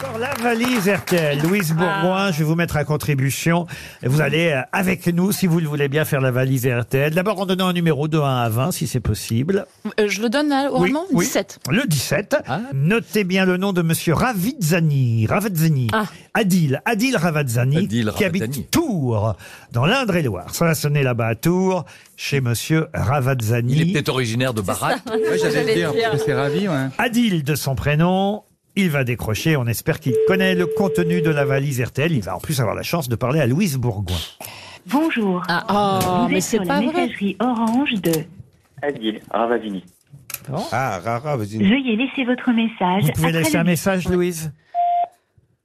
Alors, la valise RTL, Louise Ah. Bourgoin, je vais vous mettre à contribution. Et vous allez euh, avec nous, si vous le voulez bien, faire la valise RTL. D'abord en donnant un numéro de 1 à 20, si c'est possible. Euh, je le Ah. donne à, au Oui, Normand oui. 17. Le 17. Notez bien le nom de monsieur Ravizzani. Ravazzani. Ah. Adil. Adil Ravazzani. Adil qui Ravazzani. habite Tours, dans l'Indre-et-Loire. Ça va sonner là-bas à Tours, chez monsieur Ravazzani. Il est peut-être originaire de Barat. J'allais dire, parce que c'est ravi, ouais. Adil de son prénom. Il va décrocher. On espère qu'il connaît le contenu de la valise RTL. Il va en plus avoir la chance de parler à Louise Bourgoin. Bonjour. Ah, oh, Vous mais êtes c'est sur pas la vrai. messagerie orange de Adil Ravazini. Ah, Rara, vas-y. Veuillez laisser votre message. Vous pouvez après laisser le un bip. message, Louise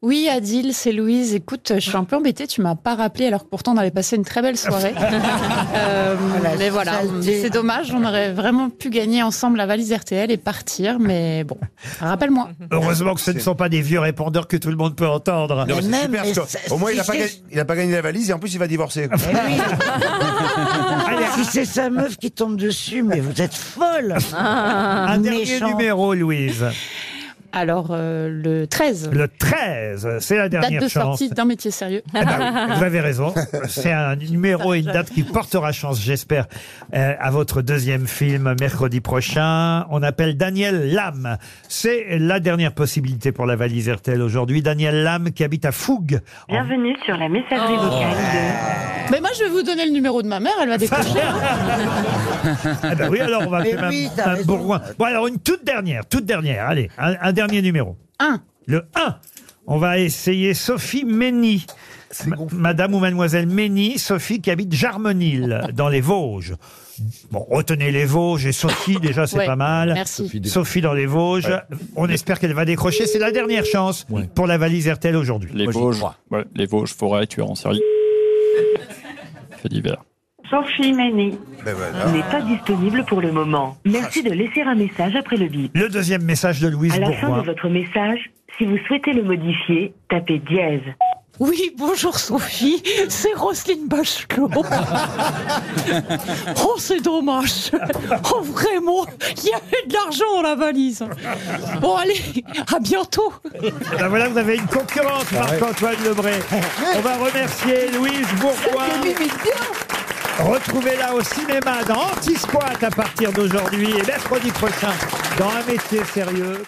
Oui, Adil, c'est Louise. Écoute, je suis un peu embêtée, tu m'as pas rappelé alors que pourtant on avait passé une très belle soirée. Euh, Ah, mais voilà, c'est dommage, on aurait vraiment pu gagner ensemble la valise RTL et partir, mais bon, rappelle-moi. Heureusement que ce ne C'est- sont pas des vieux répondeurs que tout le monde peut entendre. Non, mais c'est même, super, parce mais que c'est- au moins, si il a, pas c'est- Ah, bah gagné, il a pas gagné la valise et en plus, il va divorcer. Allez, Si c'est sa meuf qui tombe dessus, mais vous êtes folle Ah. un dernier méchant. numéro, Louise. Alors, euh, le 13, Le 13, c'est la date dernière de chance. sortie d'un métier sérieux. Eh ben oui, vous avez raison. C'est un numéro et une date qui portera chance, j'espère, euh, à votre deuxième film mercredi prochain. On appelle Daniel Lame. C'est la dernière possibilité pour la valise RTL aujourd'hui. Daniel Lame qui habite à Fougue. en- Bienvenue sur la messagerie Oh. vocale de... mais moi, je vais vous donner le numéro de ma mère, elle va décrocher. Ah ben oui, alors on va Mais appeler Mme- Eh oui, t'as Mme raison. Bourgoin. Bon, alors une toute dernière, toute dernière. Allez, un, un dernier numéro. Un. Le 1. On va essayer Sophie Mény. Ma- Madame ou Mademoiselle Mény, Sophie qui habite Jarmenil, dans les Vosges. Bon, retenez les Vosges et Sophie, déjà, c'est Ouais, pas mal. Merci. Sophie dans les Vosges. On espère qu'elle va décrocher. C'est la dernière chance Ouais. pour la valise RTL aujourd'hui. Les Moi, j'y Vosges. crois. Ouais, les Vosges, forêt, tueur en série. Fait divers. Sophie Méni. Ben voilà. N'est pas disponible pour le moment. Merci de laisser un message après le bip. Le deuxième message de Louise À la fin Bourgoin. de votre message, si vous souhaitez le modifier, tapez dièse. Oui, bonjour Sophie, c'est Roselyne Bachelot. oh, c'est dommage. Oh, vraiment, il y avait de l'argent dans la valise. Bon, allez, à bientôt. Ben voilà, vous avez une concurrente, Marc-Antoine Lebray. On va remercier Louise Bourgoin. Retrouvez-la au cinéma dans Antisquat à partir d'aujourd'hui et mercredi prochain dans Un métier sérieux.